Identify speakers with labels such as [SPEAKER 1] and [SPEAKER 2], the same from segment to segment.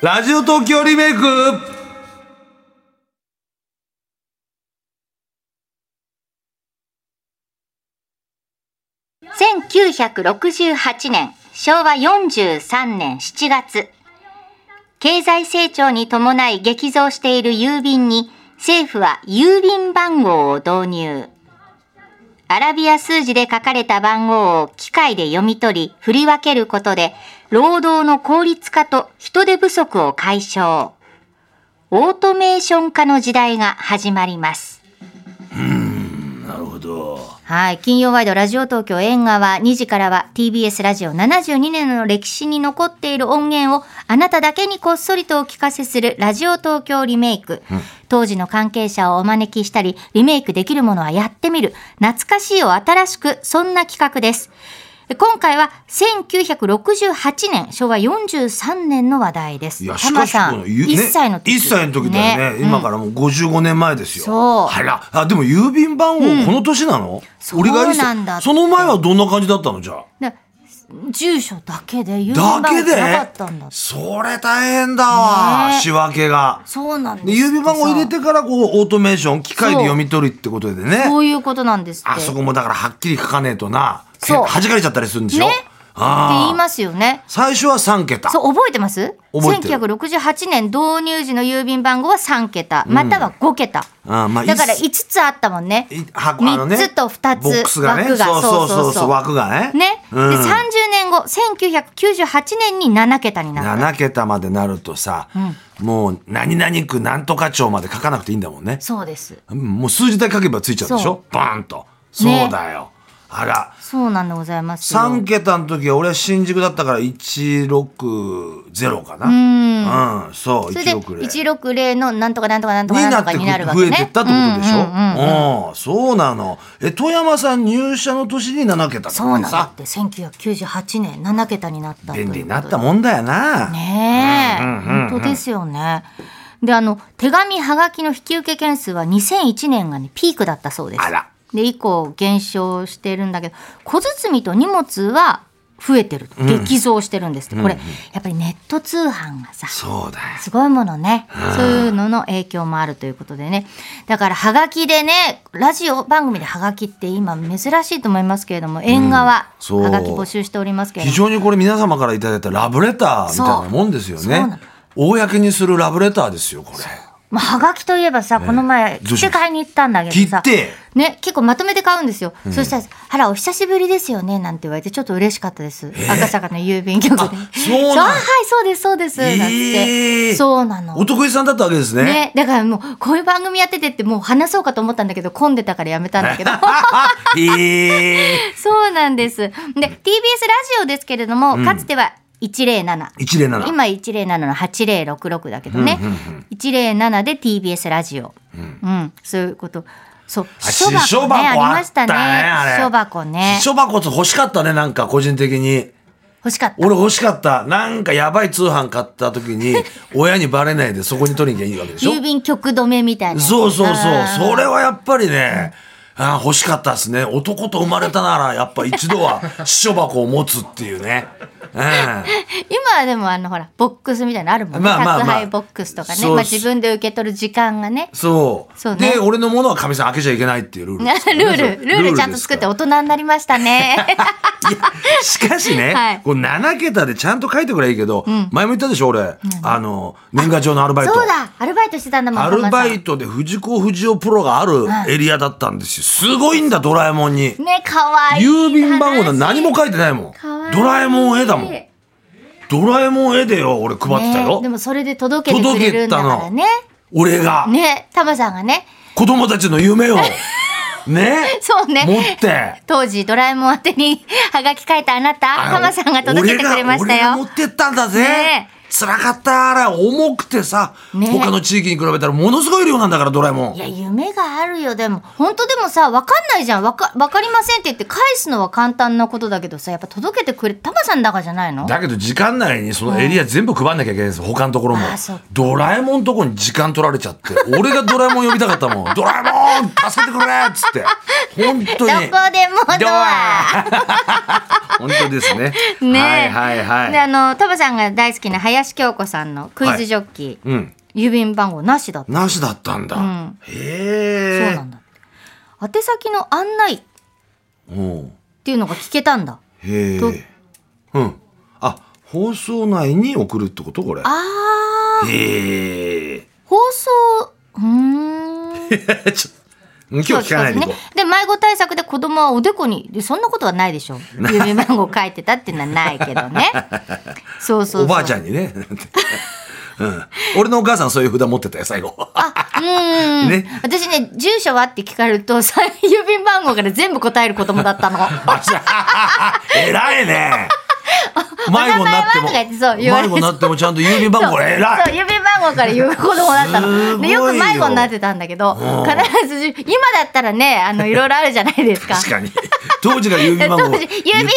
[SPEAKER 1] ラジオ東京リメイク
[SPEAKER 2] 1968年昭和43年7月経済成長に伴い激増している郵便に政府は郵便番号を導入アラビア数字で書かれた番号を機械で読み取り振り分けることで労働の効率化と人手不足を解消オートメーション化の時代が始まります
[SPEAKER 1] なるほど
[SPEAKER 2] はい。金曜ワイドラジオ東京縁側2時からは TBS ラジオ72年の歴史に残っている音源をあなただけにこっそりとお聞かせするラジオ東京リメイク。当時の関係者をお招きしたり、リメイクできるものはやってみる。懐かしいを新しく、そんな企画です。今回は1968年、昭和43年の話題です。
[SPEAKER 1] いやし
[SPEAKER 2] 玉
[SPEAKER 1] かし
[SPEAKER 2] さ
[SPEAKER 1] こ
[SPEAKER 2] ん、
[SPEAKER 1] のゆ
[SPEAKER 2] 1歳の時。
[SPEAKER 1] 一歳の時だよね今からもう55年前ですよ
[SPEAKER 2] そう
[SPEAKER 1] あらあでも郵便番号この年なの、
[SPEAKER 2] そう
[SPEAKER 1] 一歳
[SPEAKER 2] なんだって
[SPEAKER 1] その前はどんな感じだったのじゃあ
[SPEAKER 2] ね住所だけで郵便番
[SPEAKER 1] だ
[SPEAKER 2] 号
[SPEAKER 1] け
[SPEAKER 2] じ
[SPEAKER 1] で
[SPEAKER 2] ゃなかったんだって
[SPEAKER 1] それ大変だわ、
[SPEAKER 2] ねえ
[SPEAKER 1] 仕分けが
[SPEAKER 2] そうなんです
[SPEAKER 1] で郵便番号入れてからこうオートメーション機械で読み取るってことでね
[SPEAKER 2] そういうことなんですって。
[SPEAKER 1] あそこもだからはっきり書かねえとなけ
[SPEAKER 2] そう
[SPEAKER 1] 弾かれちゃったりするんでしょ、
[SPEAKER 2] ねって言い
[SPEAKER 1] ああ
[SPEAKER 2] ますよね。
[SPEAKER 1] 最初は3桁
[SPEAKER 2] そう覚えてます
[SPEAKER 1] 覚えてる
[SPEAKER 2] ?1968 年導入時の郵便番号は3桁、または5桁。
[SPEAKER 1] あーまあ
[SPEAKER 2] だから
[SPEAKER 1] いっ
[SPEAKER 2] 5つあったもんね。
[SPEAKER 1] い箱あのね
[SPEAKER 2] 三つと二つ
[SPEAKER 1] ボックスがね
[SPEAKER 2] 枠が
[SPEAKER 1] そうそう
[SPEAKER 2] そ
[SPEAKER 1] そうう
[SPEAKER 2] そ
[SPEAKER 1] そうう
[SPEAKER 2] そう
[SPEAKER 1] 枠がね
[SPEAKER 2] ね、
[SPEAKER 1] うん
[SPEAKER 2] で30年後1998年に7桁になった。
[SPEAKER 1] 7桁までなるとさ、もう何々区何とか町まで書かなくていいんだもんね
[SPEAKER 2] そうです。
[SPEAKER 1] うんもう数字だけ書けばついちゃうでしょバーンとそうだよ、あら
[SPEAKER 2] そうなんでございますよ。
[SPEAKER 1] 3桁の時は俺は新宿だったから160かなうん、そう
[SPEAKER 2] それで
[SPEAKER 1] 160
[SPEAKER 2] 160のなんとかなんとかなんとか
[SPEAKER 1] に
[SPEAKER 2] なん
[SPEAKER 1] な
[SPEAKER 2] と
[SPEAKER 1] っ
[SPEAKER 2] か
[SPEAKER 1] て
[SPEAKER 2] になるわけ
[SPEAKER 1] 増
[SPEAKER 2] ね。
[SPEAKER 1] えてったってことでしょ、
[SPEAKER 2] うんうんうん
[SPEAKER 1] うんそうなのえ富山さん入社の年に7桁
[SPEAKER 2] そうなんだ
[SPEAKER 1] さ
[SPEAKER 2] って1998年7桁になったという
[SPEAKER 1] 便
[SPEAKER 2] ことで
[SPEAKER 1] 利になったもんだよな、
[SPEAKER 2] ねえ、
[SPEAKER 1] うんうんうんうん
[SPEAKER 2] 本当ですよね。であの手紙はがきの引き受け件数は2001年がねピークだったそうです。
[SPEAKER 1] あら
[SPEAKER 2] で以降減少してるんだけど小包と荷物は増えてる、激増してるんですってこれ、やっぱりネット通販がさ
[SPEAKER 1] そうだよ
[SPEAKER 2] すごいものね。そういうのの影響もあるということでね。だから、はがきでね、ラジオ番組ではがきって今珍しいと思いますけれども、縁側、
[SPEAKER 1] そう
[SPEAKER 2] はがき募集しておりますけれど
[SPEAKER 1] 非
[SPEAKER 2] も。
[SPEAKER 1] 常にこれ皆様からいただいたラブレターみたいなもんですよ
[SPEAKER 2] そうそうな
[SPEAKER 1] ね
[SPEAKER 2] の
[SPEAKER 1] 公にするラブレターですよこれ
[SPEAKER 2] まあ、はがきといえばさ、この前、
[SPEAKER 1] ど
[SPEAKER 2] 切
[SPEAKER 1] うし
[SPEAKER 2] 手
[SPEAKER 1] ました
[SPEAKER 2] 買いに行ったんだけど
[SPEAKER 1] 切
[SPEAKER 2] さ
[SPEAKER 1] っ。て
[SPEAKER 2] ね、結構まとめて買うんですよ。そしたら、あら、お久しぶりですよね、なんて言われて、ちょっと嬉しかったです。赤坂の郵便局で。
[SPEAKER 1] そうなん
[SPEAKER 2] はい、そうです、そうです、なん
[SPEAKER 1] え
[SPEAKER 2] て。
[SPEAKER 1] ー
[SPEAKER 2] そうなの
[SPEAKER 1] お。得意さんだったわけですね
[SPEAKER 2] ね、だからもう、こういう番組やっててって、もう話そうかと思ったんだけど、混んでたからやめたん だけど。
[SPEAKER 1] ええ
[SPEAKER 2] そうなんです。で、TBS ラジオですけれども、かつては107。
[SPEAKER 1] 107
[SPEAKER 2] 今107の8066だけどね、107で TBS ラジオ、うんそういうことそう
[SPEAKER 1] あ私書箱
[SPEAKER 2] ねあり
[SPEAKER 1] あ
[SPEAKER 2] ま
[SPEAKER 1] っ
[SPEAKER 2] した
[SPEAKER 1] たね
[SPEAKER 2] ね
[SPEAKER 1] あれ
[SPEAKER 2] 書箱ね
[SPEAKER 1] 書箱って欲しかったねなんか個人的に
[SPEAKER 2] 欲しかった
[SPEAKER 1] 俺欲しかったなんかやばい通販買った時 に親にバレないでそこに取りに行けばいいわけでしょ
[SPEAKER 2] 郵便局止めみたいな
[SPEAKER 1] そうそうそう
[SPEAKER 2] あー
[SPEAKER 1] それはやっぱりね、あー欲しかったですね男と生まれたならやっぱ一度 は私書箱を持つっていうね、うん、
[SPEAKER 2] 今はでもあのほらボックスみたいなのあるもんね、
[SPEAKER 1] まあまあまあ
[SPEAKER 2] 宅配ボックスとかね、
[SPEAKER 1] そう
[SPEAKER 2] まあ、自分で受け取る時間がね
[SPEAKER 1] そう
[SPEAKER 2] そうね
[SPEAKER 1] で俺のものはかみさん開けちゃいけないっていうルール
[SPEAKER 2] ル
[SPEAKER 1] ですからね、
[SPEAKER 2] ールルールちゃんと作って
[SPEAKER 1] お
[SPEAKER 2] 大人になりましたね
[SPEAKER 1] しかしね、
[SPEAKER 2] はい
[SPEAKER 1] こう7桁でちゃんと書いてくればいいけど、前も言ったでしょ俺、あの年賀状のアルバイト
[SPEAKER 2] そうだアルバイトしてたんだもん
[SPEAKER 1] アルバイ
[SPEAKER 2] ト
[SPEAKER 1] トで藤子不二雄プロがあるエリアだったんですよすごいんだドラえもんに
[SPEAKER 2] ねかわいい
[SPEAKER 1] 郵便番号なんて何も書い
[SPEAKER 2] て
[SPEAKER 1] てないもん
[SPEAKER 2] かわいい
[SPEAKER 1] ドラえもん絵だもん
[SPEAKER 2] ね
[SPEAKER 1] ドラえもん絵でよ俺配ってたよ、
[SPEAKER 2] でもそれで届けてくれるんだからね
[SPEAKER 1] 俺が
[SPEAKER 2] ねタマさんがね
[SPEAKER 1] 子供たちの夢 をね
[SPEAKER 2] そうね
[SPEAKER 1] 持って
[SPEAKER 2] 当時ドラえもん宛てに はがき書いたあなたタマさんが届けてくれました
[SPEAKER 1] 俺が俺が
[SPEAKER 2] よ
[SPEAKER 1] 持ってったんだぜ、
[SPEAKER 2] ね
[SPEAKER 1] 辛かったあれ重くてさ、
[SPEAKER 2] ね
[SPEAKER 1] 他の地域に比べたらものすごい量なんだからドラえもん
[SPEAKER 2] いや夢があるよでも本当でもさ分かんないじゃん分か分かりませんって言って返すのは簡単なことだけどさやっぱ届けてくれタマさんだからじゃないの
[SPEAKER 1] だけど時間内にそのエリア全部配んなきゃいけないんですよ他のところも
[SPEAKER 2] あそっか
[SPEAKER 1] ドラえもんとこに時間取られちゃって俺がドラえもん呼びたかったもんドラえも助けてくれっつ って本当
[SPEAKER 2] どこ
[SPEAKER 1] に
[SPEAKER 2] でもドア。
[SPEAKER 1] 本当ですね
[SPEAKER 2] ね
[SPEAKER 1] は
[SPEAKER 2] え、
[SPEAKER 1] いはい
[SPEAKER 2] で
[SPEAKER 1] はい
[SPEAKER 2] あのタバさんが大好きな林京子さんのクイズジョッキー、
[SPEAKER 1] うん
[SPEAKER 2] 郵便番号なしだった、
[SPEAKER 1] なしだったんだ、
[SPEAKER 2] ん
[SPEAKER 1] へえ
[SPEAKER 2] そうなんだって宛先の案内っ
[SPEAKER 1] うん
[SPEAKER 2] ていうのが聞けたんだ
[SPEAKER 1] へ
[SPEAKER 2] と
[SPEAKER 1] えうんあ放送内に送るってことこれ
[SPEAKER 2] あー
[SPEAKER 1] へえ
[SPEAKER 2] 放送うーん
[SPEAKER 1] ちょ 今日聞かないでいこう
[SPEAKER 2] で迷子対策で子供はおでこにでそんなことはないでしょ郵便番号書いてたっていうのはないけど ねそうそうそう
[SPEAKER 1] おばあちゃんにね。 うん、俺のお母さんそういう札持ってたよ最後
[SPEAKER 2] うん、
[SPEAKER 1] ね
[SPEAKER 2] 私ね住所はって聞かれると さ郵便番号から全部答える子供だったの
[SPEAKER 1] 偉い ね迷子になっても
[SPEAKER 2] お名前はとか言ってそう言われ
[SPEAKER 1] 迷子になってもちゃんと郵便番号
[SPEAKER 2] そう
[SPEAKER 1] 偉
[SPEAKER 2] そう
[SPEAKER 1] い
[SPEAKER 2] 郵便番号から言う子供だっ
[SPEAKER 1] す
[SPEAKER 2] たの
[SPEAKER 1] ご
[SPEAKER 2] で
[SPEAKER 1] いよ
[SPEAKER 2] よく迷子になってたんだけど必ず今だったらねあのいろいろあるじゃないですか
[SPEAKER 1] 確かに当時から郵便番
[SPEAKER 2] 当
[SPEAKER 1] 号
[SPEAKER 2] 時郵便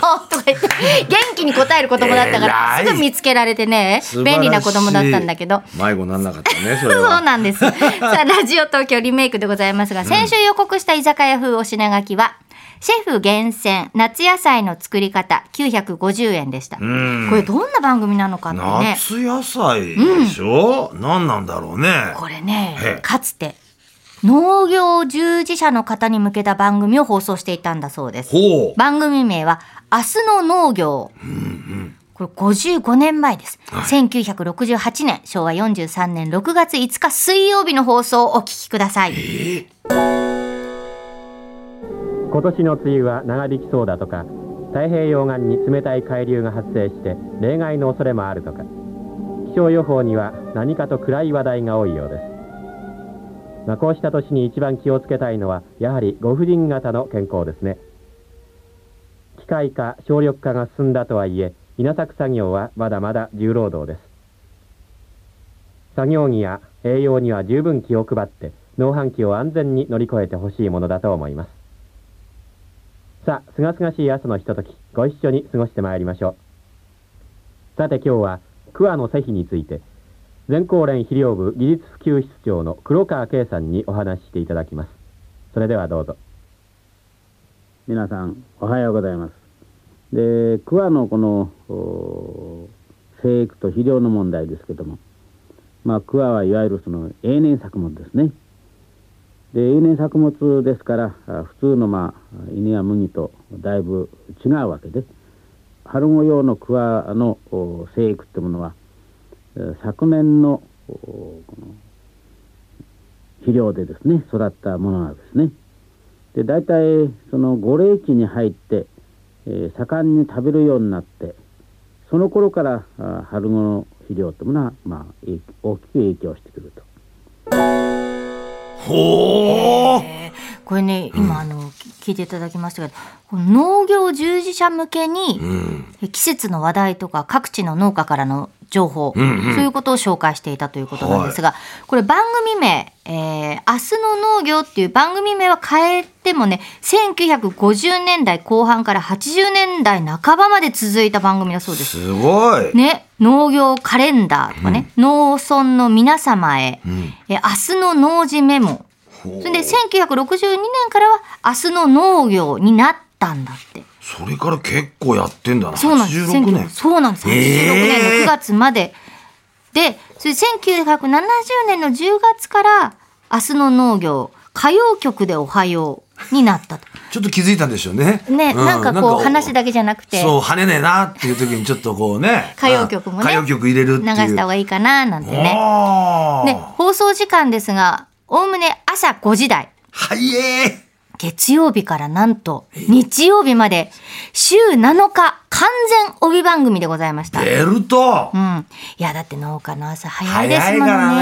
[SPEAKER 2] 番号とか言って元気に答える子供だったから
[SPEAKER 1] 偉い
[SPEAKER 2] すぐ見つけられてね
[SPEAKER 1] 素晴らしい
[SPEAKER 2] 便利な子供だったんだけど
[SPEAKER 1] 迷子になんなかったねそれ
[SPEAKER 2] そう
[SPEAKER 1] は
[SPEAKER 2] なんです。さあ、ラジオ東京リメイクでございますが、先週予告した居酒屋風お品書きは、シェフ厳選夏野菜の作り方950円でした。こ
[SPEAKER 1] ん
[SPEAKER 2] れどんな番組なのかってね。
[SPEAKER 1] 夏野菜でしょ、何なんだろうね
[SPEAKER 2] これ
[SPEAKER 1] へ
[SPEAKER 2] ね
[SPEAKER 1] え、
[SPEAKER 2] かつて農業従事者の方に向けた番組を放送していたんだそうです。
[SPEAKER 1] ほう
[SPEAKER 2] 番組名は明日の農業。これ55年前です。1968年、昭和43年6月5日水曜日の放送をお聞きください。
[SPEAKER 3] 今年の梅雨は長引きそうだとか太平洋岸に冷たい海流が発生して例外の恐れもあるとか気象予報には何かと暗い話題が多いようです、まあ、こうした年に一番気をつけたいのはやはりご婦人方の健康ですね機械化省力化が進んだとはいえ稲作作業はまだまだ重労働です作業着や栄養には十分気を配って農繁期を安全に乗り越えてほしいものだと思いますさあ、すがすがしい朝のひととき、ご一緒に過ごしてまいりましょう。さて今日は、桑の施肥について、全高連肥料部技術普及室長の黒川圭さんにお話ししていただきます。それではどうぞ。
[SPEAKER 4] 皆さんおはようございますで桑のこのお生育と肥料の問題ですけどもまあ桑はいわゆるその永年作物ですねで永年作物ですからあ普通のまあ稲や麦とだいぶ違うわけで春御用の桑のお生育ってものはえー昨年のおこの肥料でですね育ったものなんですねで大体その五霊期に入って、えー盛んに食べるようになってその頃からあー春後の肥料というものは、まあ、影大きく影響してくると。
[SPEAKER 1] ほう
[SPEAKER 2] これね、今あのき聞いていただきましたけど、この農業従事者向けに、
[SPEAKER 1] うん
[SPEAKER 2] え季節の話題とか各地の農家からの情報、
[SPEAKER 1] んうん
[SPEAKER 2] そういうことを紹介していたということなんですが、これ番組名、えー明日の農業っていう番組名は変えてもね、1950年代後半から80年代半ばまで続いた番組だそうです。
[SPEAKER 1] すごい、
[SPEAKER 2] ね、農業カレンダーとかね、農村の皆様へ、
[SPEAKER 1] うん
[SPEAKER 2] え明日の農事メモ
[SPEAKER 1] ほう
[SPEAKER 2] それで1962年からは明日の農業になったんだって。
[SPEAKER 1] それから結構やってんだな
[SPEAKER 2] そうなんです。
[SPEAKER 1] 86
[SPEAKER 2] 19
[SPEAKER 1] 年
[SPEAKER 2] そうなんです。86年
[SPEAKER 1] え
[SPEAKER 2] の
[SPEAKER 1] ー
[SPEAKER 2] 9月まで。で、それ1970年の10月から明日の農業、歌謡曲でおはようになったと。
[SPEAKER 1] ちょっと気づいたんでしょうね
[SPEAKER 2] ね、
[SPEAKER 1] う
[SPEAKER 2] なんかこう話だけじゃなくて、
[SPEAKER 1] そう跳ねねえなっていう時にちょっとこうね
[SPEAKER 2] 歌謡曲もね
[SPEAKER 1] 歌謡曲入れるっていう
[SPEAKER 2] 流した方がいいかななんてね。
[SPEAKER 1] おー
[SPEAKER 2] で、放送時間ですが、おおむね朝5時台。
[SPEAKER 1] はいえ
[SPEAKER 2] 月曜日からなんと日曜日まで週7日完全帯番組でございました。
[SPEAKER 1] ーベルト
[SPEAKER 2] うん。いや、だって農家の朝早いですもんね。
[SPEAKER 1] 早いから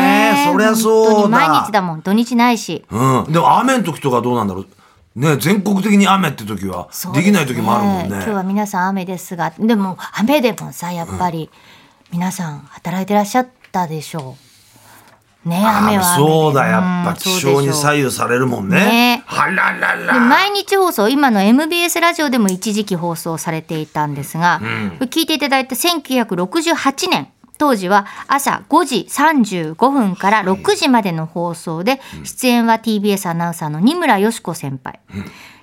[SPEAKER 1] ねそりゃそうだ
[SPEAKER 2] 本当に毎日だもん。土日ないし。
[SPEAKER 1] うんでも雨の時とかどうなんだろうね全国的に雨って時は
[SPEAKER 2] そう
[SPEAKER 1] ですきない時もあるもんね
[SPEAKER 2] 今日は皆さん雨ですが、でも雨でもさ、やっぱり皆さん働いてらっしゃったでしょう。ね、
[SPEAKER 1] あー
[SPEAKER 2] 雨は雨で
[SPEAKER 1] そうだやっ
[SPEAKER 2] う
[SPEAKER 1] ぱ
[SPEAKER 2] ん
[SPEAKER 1] 気象に
[SPEAKER 2] そうでしょう
[SPEAKER 1] 左右されるもん
[SPEAKER 2] ね
[SPEAKER 1] ねあらら
[SPEAKER 2] で
[SPEAKER 1] ら
[SPEAKER 2] 毎日放送、今の MBS ラジオでも一時期放送されていたんですが、これ聞いていただいた1968年、当時は朝5時35分から6時までの放送で、出演は TBS アナウンサーの二村よし子先輩。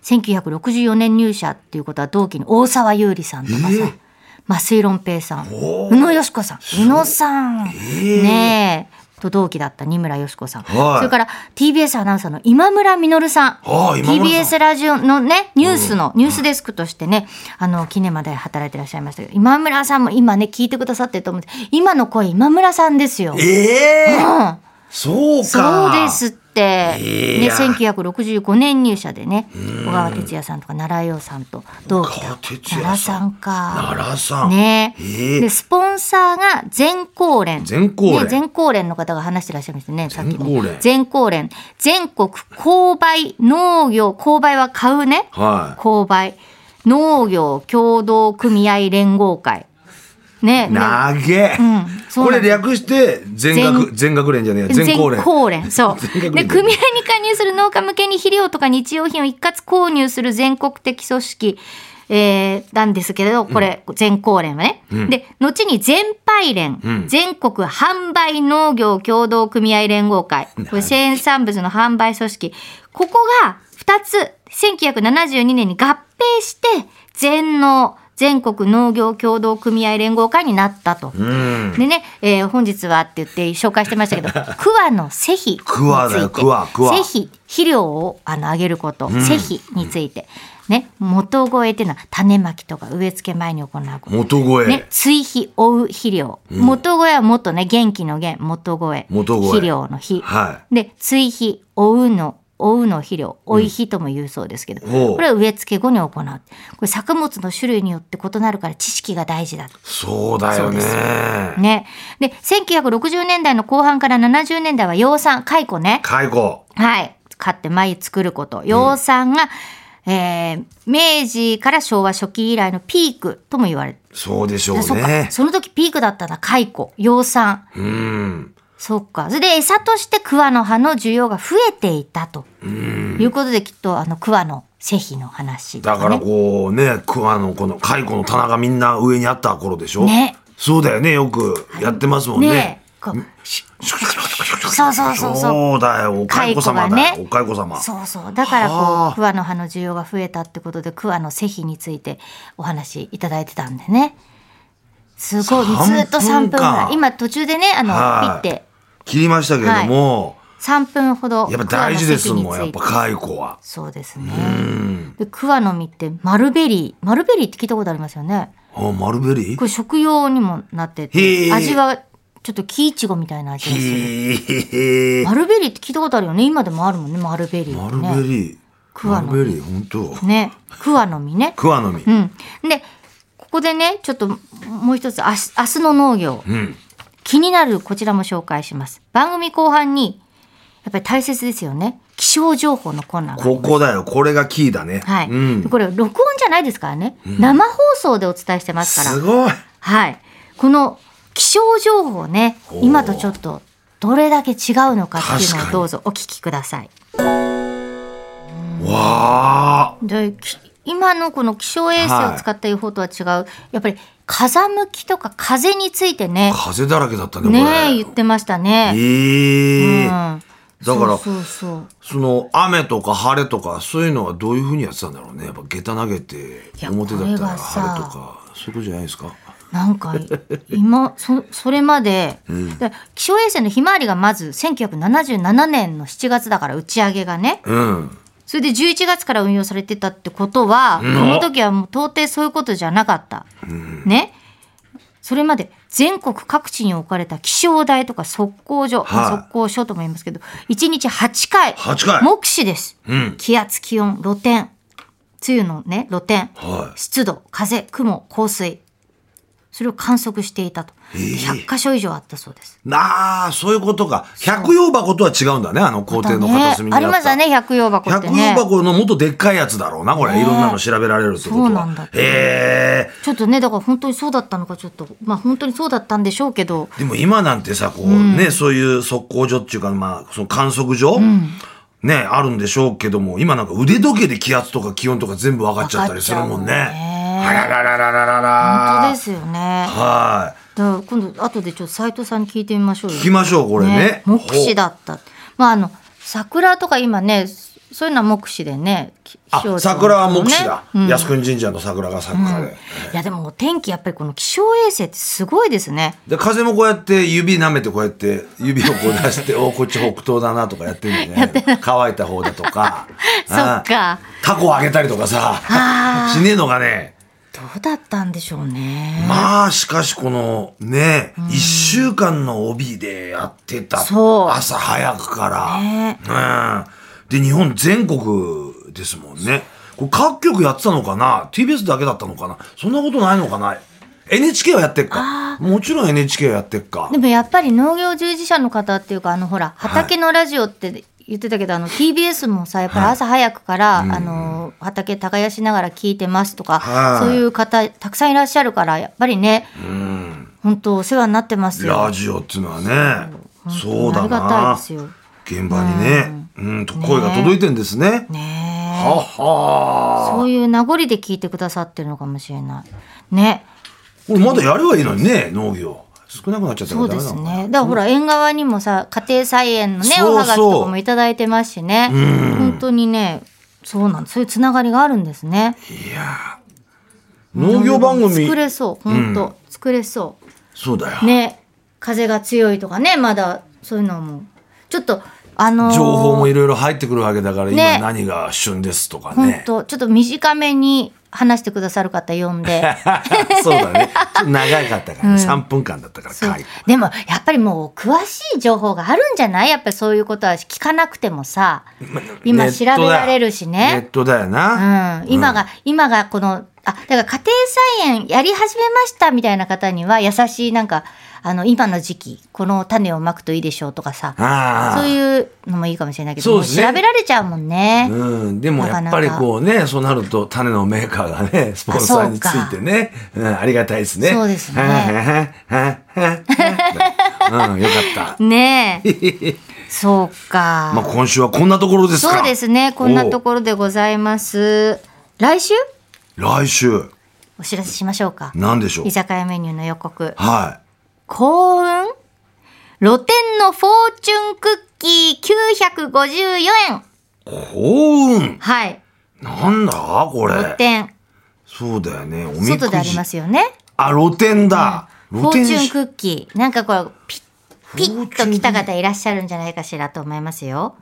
[SPEAKER 2] 1964年入社っていうことは同期に大沢優里さんとかさ、
[SPEAKER 1] ええ
[SPEAKER 2] 増井論平さん、
[SPEAKER 1] お
[SPEAKER 2] 宇野よし子さん、宇野さん、
[SPEAKER 1] ええ
[SPEAKER 2] ねえ、と同期だった二村よし子さん、
[SPEAKER 1] はい
[SPEAKER 2] それから TBS アナウンサーの今村実さん、
[SPEAKER 1] ああ今村さ
[SPEAKER 2] TBS ラジオのね、ニュースの、ニュースデスクとしてね、あの、キネマで働いてらっしゃいましたけど、今村さんも今ね、聞いてくださってると思うんです今の声今村さんですよ。
[SPEAKER 1] ええ
[SPEAKER 2] うん
[SPEAKER 1] そう
[SPEAKER 2] そう
[SPEAKER 1] か
[SPEAKER 2] ですって、
[SPEAKER 1] い
[SPEAKER 2] ね、
[SPEAKER 1] や
[SPEAKER 2] 1965年入社でね小川哲也さんとか奈良洋さんと同期
[SPEAKER 1] 小
[SPEAKER 2] だ
[SPEAKER 1] 川哲
[SPEAKER 2] 奈良
[SPEAKER 1] 也
[SPEAKER 2] さ
[SPEAKER 1] さ
[SPEAKER 2] ん
[SPEAKER 1] ん
[SPEAKER 2] か
[SPEAKER 1] 奈良さん、
[SPEAKER 2] ね
[SPEAKER 1] ええ
[SPEAKER 2] でスポンサーが全高連
[SPEAKER 1] 全高連
[SPEAKER 2] ね、全高連の方が話してらっしゃいましたねさっき
[SPEAKER 1] 全
[SPEAKER 2] ね
[SPEAKER 1] 高連
[SPEAKER 2] 全高連全国購買農業購買は買うね
[SPEAKER 1] はい
[SPEAKER 2] 購買農業協同組合連合会ね
[SPEAKER 1] 投げ、
[SPEAKER 2] んそう
[SPEAKER 1] こ
[SPEAKER 2] なんです
[SPEAKER 1] れ略して全額全額連じゃねえや全高連
[SPEAKER 2] 高 連そう
[SPEAKER 1] 全学連
[SPEAKER 2] で組合に加入する農家向けに肥料とか日用品を一括購入する全国的組織、えーなんですけれどこれ、全高連はね、で後に全廃連、
[SPEAKER 1] ん
[SPEAKER 2] 全国販売農業協同組合連合会これ生産物の販売組織ここが2つ1972年に合併して全農全国農業協同組合連合会になったと。
[SPEAKER 1] うん
[SPEAKER 2] でね、えー本日はって言って紹介してました けど桑の施肥について
[SPEAKER 1] 桑だよ桑桑
[SPEAKER 2] 施肥肥料をあの上げること、施肥について、ね、元越えっていうのは種まきとか植え付け前に行うこと。
[SPEAKER 1] 元越え、
[SPEAKER 2] ね、追肥追う肥料、元越えは元ね元気の元元越え
[SPEAKER 1] 元越え
[SPEAKER 2] 肥料の肥、
[SPEAKER 1] は
[SPEAKER 2] で追肥追うの追うの肥料追い肥とも言うそうですけど、
[SPEAKER 1] おう
[SPEAKER 2] これは植え付け後に行うこれ作物の種類によって異なるから知識が大事だって
[SPEAKER 1] そうだよね
[SPEAKER 2] そうね。で、1960年代の後半から70年代は養蚕、蚕ね。
[SPEAKER 1] 解雇
[SPEAKER 2] はい。買って繭作ること。養蚕が、えー明治から昭和初期以来のピークとも言われて。
[SPEAKER 1] そうでしょう
[SPEAKER 2] そう
[SPEAKER 1] ね
[SPEAKER 2] か。その時ピークだったんだ。蚕、養蚕。
[SPEAKER 1] うん
[SPEAKER 2] そうか。それで餌として桑の葉の需要が増えていたと。いうことできっと、あの、桑の施肥の話と
[SPEAKER 1] だ
[SPEAKER 2] ね、
[SPEAKER 1] からこうね桑のこの解雇の棚がみんな上にあった頃でしょ
[SPEAKER 2] ね
[SPEAKER 1] そうだよねよくやってますもんね
[SPEAKER 2] ねえこうそうそうそうそう
[SPEAKER 1] そうだよお解雇様
[SPEAKER 2] 蚕が
[SPEAKER 1] だよ、
[SPEAKER 2] ね
[SPEAKER 1] お解雇様
[SPEAKER 2] そうそうだか
[SPEAKER 1] は
[SPEAKER 2] らこう
[SPEAKER 1] あ
[SPEAKER 2] 桑の葉の需要が増えたってことで桑の施肥についてお話しいただいてたんでねすごい
[SPEAKER 1] 3
[SPEAKER 2] ずっと3分ぐ
[SPEAKER 1] 分
[SPEAKER 2] らい
[SPEAKER 1] 間
[SPEAKER 2] 今途中でねあの
[SPEAKER 1] はい
[SPEAKER 2] ピッて
[SPEAKER 1] 切りましたけれども、
[SPEAKER 2] 3分ほど
[SPEAKER 1] やっぱ大事ですもんやっぱ
[SPEAKER 2] 桑の施肥について
[SPEAKER 1] 解雇は
[SPEAKER 2] そうですねで桑の実ってマルベリーマルベリーって聞いたことありますよね
[SPEAKER 1] あマルベリ
[SPEAKER 2] こ
[SPEAKER 1] ー
[SPEAKER 2] れ食用にもなって
[SPEAKER 1] へ
[SPEAKER 2] て
[SPEAKER 1] え
[SPEAKER 2] 味はちょっと木いちごみたいな味がする
[SPEAKER 1] へえ
[SPEAKER 2] マルベリーって聞いたことあるよね今でもあるもんねマルベリー
[SPEAKER 1] マ
[SPEAKER 2] って
[SPEAKER 1] ル
[SPEAKER 2] ね
[SPEAKER 1] ベリーマ
[SPEAKER 2] 桑の
[SPEAKER 1] ルベリー本当
[SPEAKER 2] ね桑の実ね
[SPEAKER 1] 桑の実
[SPEAKER 2] うん、でここでねちょっともう一つ明日明日の農業
[SPEAKER 1] うん
[SPEAKER 2] 気になるこちらも紹介します番組後半にやっぱり大切ですよね気象情報のコーナーが
[SPEAKER 1] ここだよこれがキーだね
[SPEAKER 2] はい、
[SPEAKER 1] うん
[SPEAKER 2] でこれ録音じゃないですからね、生放送でお伝えしてますから
[SPEAKER 1] すごい
[SPEAKER 2] はいこの気象情報ね
[SPEAKER 1] おー
[SPEAKER 2] 今とちょっとどれだけ違うのかっていう
[SPEAKER 1] 確
[SPEAKER 2] の
[SPEAKER 1] か
[SPEAKER 2] を
[SPEAKER 1] に
[SPEAKER 2] どうぞお聞きください
[SPEAKER 1] わあ
[SPEAKER 2] でき今のこの気象衛星を使った予報とは違う、やっぱり風向きとか風についてね
[SPEAKER 1] 風だらけだったねこれ
[SPEAKER 2] ねえ言ってましたね。
[SPEAKER 1] ええ
[SPEAKER 2] うん
[SPEAKER 1] だから
[SPEAKER 2] そうそうそう
[SPEAKER 1] その雨とか晴れとかそういうのはどういうふうにやってたんだろうねやっぱ下駄投げて
[SPEAKER 2] や
[SPEAKER 1] 表だった
[SPEAKER 2] これ
[SPEAKER 1] ら
[SPEAKER 2] はさ
[SPEAKER 1] 晴れとかそういうことじゃないですか
[SPEAKER 2] な んか今そそれまで、で気象衛星のひまわりがまず1977年の7月だから打ち上げがね
[SPEAKER 1] うん
[SPEAKER 2] それで11月から運用されてたってことは、
[SPEAKER 1] ん
[SPEAKER 2] この時はもう到底そういうことじゃなかった、ねそれまで全国各地に置かれた気象台とか測候所、
[SPEAKER 1] はい
[SPEAKER 2] 測候所とも言いますけど1日8回
[SPEAKER 1] 8回
[SPEAKER 2] 目視です、
[SPEAKER 1] うん
[SPEAKER 2] 気圧気温露天梅雨のね露天
[SPEAKER 1] は
[SPEAKER 2] 湿度風雲降水それを観測していたと100箇所以上あったそうです。
[SPEAKER 1] いなあそういうことか百葉箱とは違うんだねあの校庭の片隅に
[SPEAKER 2] あり
[SPEAKER 1] あ
[SPEAKER 2] ま
[SPEAKER 1] っ
[SPEAKER 2] した
[SPEAKER 1] た
[SPEAKER 2] ね百葉箱って
[SPEAKER 1] 百
[SPEAKER 2] ね
[SPEAKER 1] 葉箱のもっとでっかいやつだろうなこれ
[SPEAKER 2] ね
[SPEAKER 1] いろんなの調べられるってこと
[SPEAKER 2] そうなんだっ
[SPEAKER 1] は
[SPEAKER 2] て
[SPEAKER 1] へえ
[SPEAKER 2] ちょっとねだから本当にそうだったのかちょっとまあ本当にそうだったんでしょうけど
[SPEAKER 1] でも今なんてさこう、ねそういう測候所っていうか、まあ、その観測所、ねあるんでしょうけども今なんか腕時計で気圧とか気温とか全部分かっちゃったりするもんね。
[SPEAKER 2] 分かっちゃうもんね
[SPEAKER 1] あららららららら
[SPEAKER 2] 本当ですよね。
[SPEAKER 1] はい
[SPEAKER 2] だから今度後でちょっと斉藤さんに聞いてみましょうよ
[SPEAKER 1] 聞きましょうこれね
[SPEAKER 2] 目視だったまああの桜とか今ねそういうのは目視でねき気象庁の
[SPEAKER 1] あ桜は目視だ、
[SPEAKER 2] ねうん
[SPEAKER 1] 靖国神社の桜が桜で、
[SPEAKER 2] いやでもお天気やっぱりこの気象衛星ってすごいですね
[SPEAKER 1] で風もこうやって指舐めてこうやって指をこう出しておこっち北東だなとかやってんだよね乾いた方だとか
[SPEAKER 2] そっ
[SPEAKER 1] うん
[SPEAKER 2] か
[SPEAKER 1] タコをあげたりとかさ
[SPEAKER 2] あ ー
[SPEAKER 1] しねえのがね
[SPEAKER 2] どうだったんでしょうね
[SPEAKER 1] まあしかしこのね一週間の帯でやってた
[SPEAKER 2] そう
[SPEAKER 1] 朝早くから、
[SPEAKER 2] ね
[SPEAKER 1] うん、で日本全国ですもんねこれ各局やってたのかな TBS だけだったのかなそんなことないのかな NHK はやってっかもちろん NHK はやってっか
[SPEAKER 2] でもやっぱり農業従事者の方っていうかあのほら畑のラジオって言ってたけど、あの TBS もさやっぱり朝早くから、あの畑耕しながら聞いてますとか、
[SPEAKER 1] はい
[SPEAKER 2] そういう方たくさんいらっしゃるからやっぱりね、本当お世話になってますよ。
[SPEAKER 1] ラジオっていうのはねそうだ
[SPEAKER 2] 本当にありがたい
[SPEAKER 1] な
[SPEAKER 2] ですよ。
[SPEAKER 1] 現場にね、うん、と声が届いてんですね
[SPEAKER 2] ねえ
[SPEAKER 1] はは
[SPEAKER 2] そういう名残で聞いてくださってるのかもしれない。ね
[SPEAKER 1] これまだやればいいのにね農業少なくなっちゃったか
[SPEAKER 2] そ
[SPEAKER 1] ら
[SPEAKER 2] う
[SPEAKER 1] ダ
[SPEAKER 2] で
[SPEAKER 1] メな
[SPEAKER 2] す
[SPEAKER 1] のか
[SPEAKER 2] ね。だからほら縁側にもさ家庭菜園のね
[SPEAKER 1] そうそう
[SPEAKER 2] おはがきとかもいただいてますしね。
[SPEAKER 1] ん
[SPEAKER 2] 本当にねそうなんそういうつながりがあるんですね。
[SPEAKER 1] いやー農業番組
[SPEAKER 2] 作れそう本当、作れそ
[SPEAKER 1] そうだよ、
[SPEAKER 2] うね風が強いとかねまだそういうのもちょっとあのー
[SPEAKER 1] 情報もいろいろ入ってくるわけだから、
[SPEAKER 2] ね
[SPEAKER 1] 今何が旬ですとか
[SPEAKER 2] 本
[SPEAKER 1] ね
[SPEAKER 2] 当ちょっと短めに話してくださる方呼 んで
[SPEAKER 1] そうだねちょっと長かったからね、3分間だったから
[SPEAKER 2] そう
[SPEAKER 1] 回
[SPEAKER 2] でもやっぱりもう詳しい情報があるんじゃないやっぱりそういうことは聞かなくてもさ今調べられるし
[SPEAKER 1] ネ
[SPEAKER 2] ね
[SPEAKER 1] ットだよな、
[SPEAKER 2] うん、今が、今がこの、あ、だから家庭菜園やり始めましたみたいな方には優しいなんか、あの、今の時期、この種をまくといいでしょうとかさ、
[SPEAKER 1] ああ
[SPEAKER 2] そういうのもいいかもしれないけど、
[SPEAKER 1] そうですね
[SPEAKER 2] もう調べられちゃうもんね。
[SPEAKER 1] うん、でもやっぱりこうねそうなると種のメーカーが ねスポンサーについてねう、ん、ありがたいですね
[SPEAKER 2] そうですね
[SPEAKER 1] はあはあはあはあうんよかった
[SPEAKER 2] ねえ。 そうか。
[SPEAKER 1] まあ今週はこんなところですか
[SPEAKER 2] そうですね。こんなところでございます。来週
[SPEAKER 1] お来週
[SPEAKER 2] お知らせしましょうか。
[SPEAKER 1] 何でしょう
[SPEAKER 2] 居酒屋メニューの予告。
[SPEAKER 1] は
[SPEAKER 2] 幸運露天のフォーチュンクッキー954円。
[SPEAKER 1] い幸運
[SPEAKER 2] はい。
[SPEAKER 1] なんだこ
[SPEAKER 2] 露
[SPEAKER 1] れ
[SPEAKER 2] 天。
[SPEAKER 1] そうだよねおみくじ
[SPEAKER 2] 外でありますよね。
[SPEAKER 1] あ露店だ、
[SPEAKER 2] フォ
[SPEAKER 1] 露店
[SPEAKER 2] ーチュン
[SPEAKER 1] し
[SPEAKER 2] クッキー。なんかこう、ピッ、ピッと来た方いらっしゃるんじゃないかしらと思いま すよ。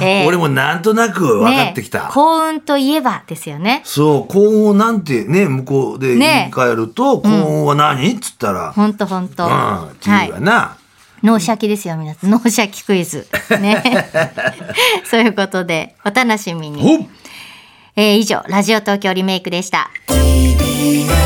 [SPEAKER 2] ええ
[SPEAKER 1] 俺もなんとなく分かってき
[SPEAKER 2] ね
[SPEAKER 1] た、
[SPEAKER 2] え幸運といえばですよね。
[SPEAKER 1] そう幸運をなんてね向こうで言
[SPEAKER 2] ね
[SPEAKER 1] い換えると、幸運は何っつったら、
[SPEAKER 2] ほんとほんと。
[SPEAKER 1] うん、って
[SPEAKER 2] は
[SPEAKER 1] いう
[SPEAKER 2] い
[SPEAKER 1] よ。な、
[SPEAKER 2] 脳シャキですよ、皆さん。脳シャキクイズ。 ね。そういうことで、お楽しみに。
[SPEAKER 1] ほっ
[SPEAKER 2] えー以上、ラジオ東京リメイクでした。
[SPEAKER 5] TBS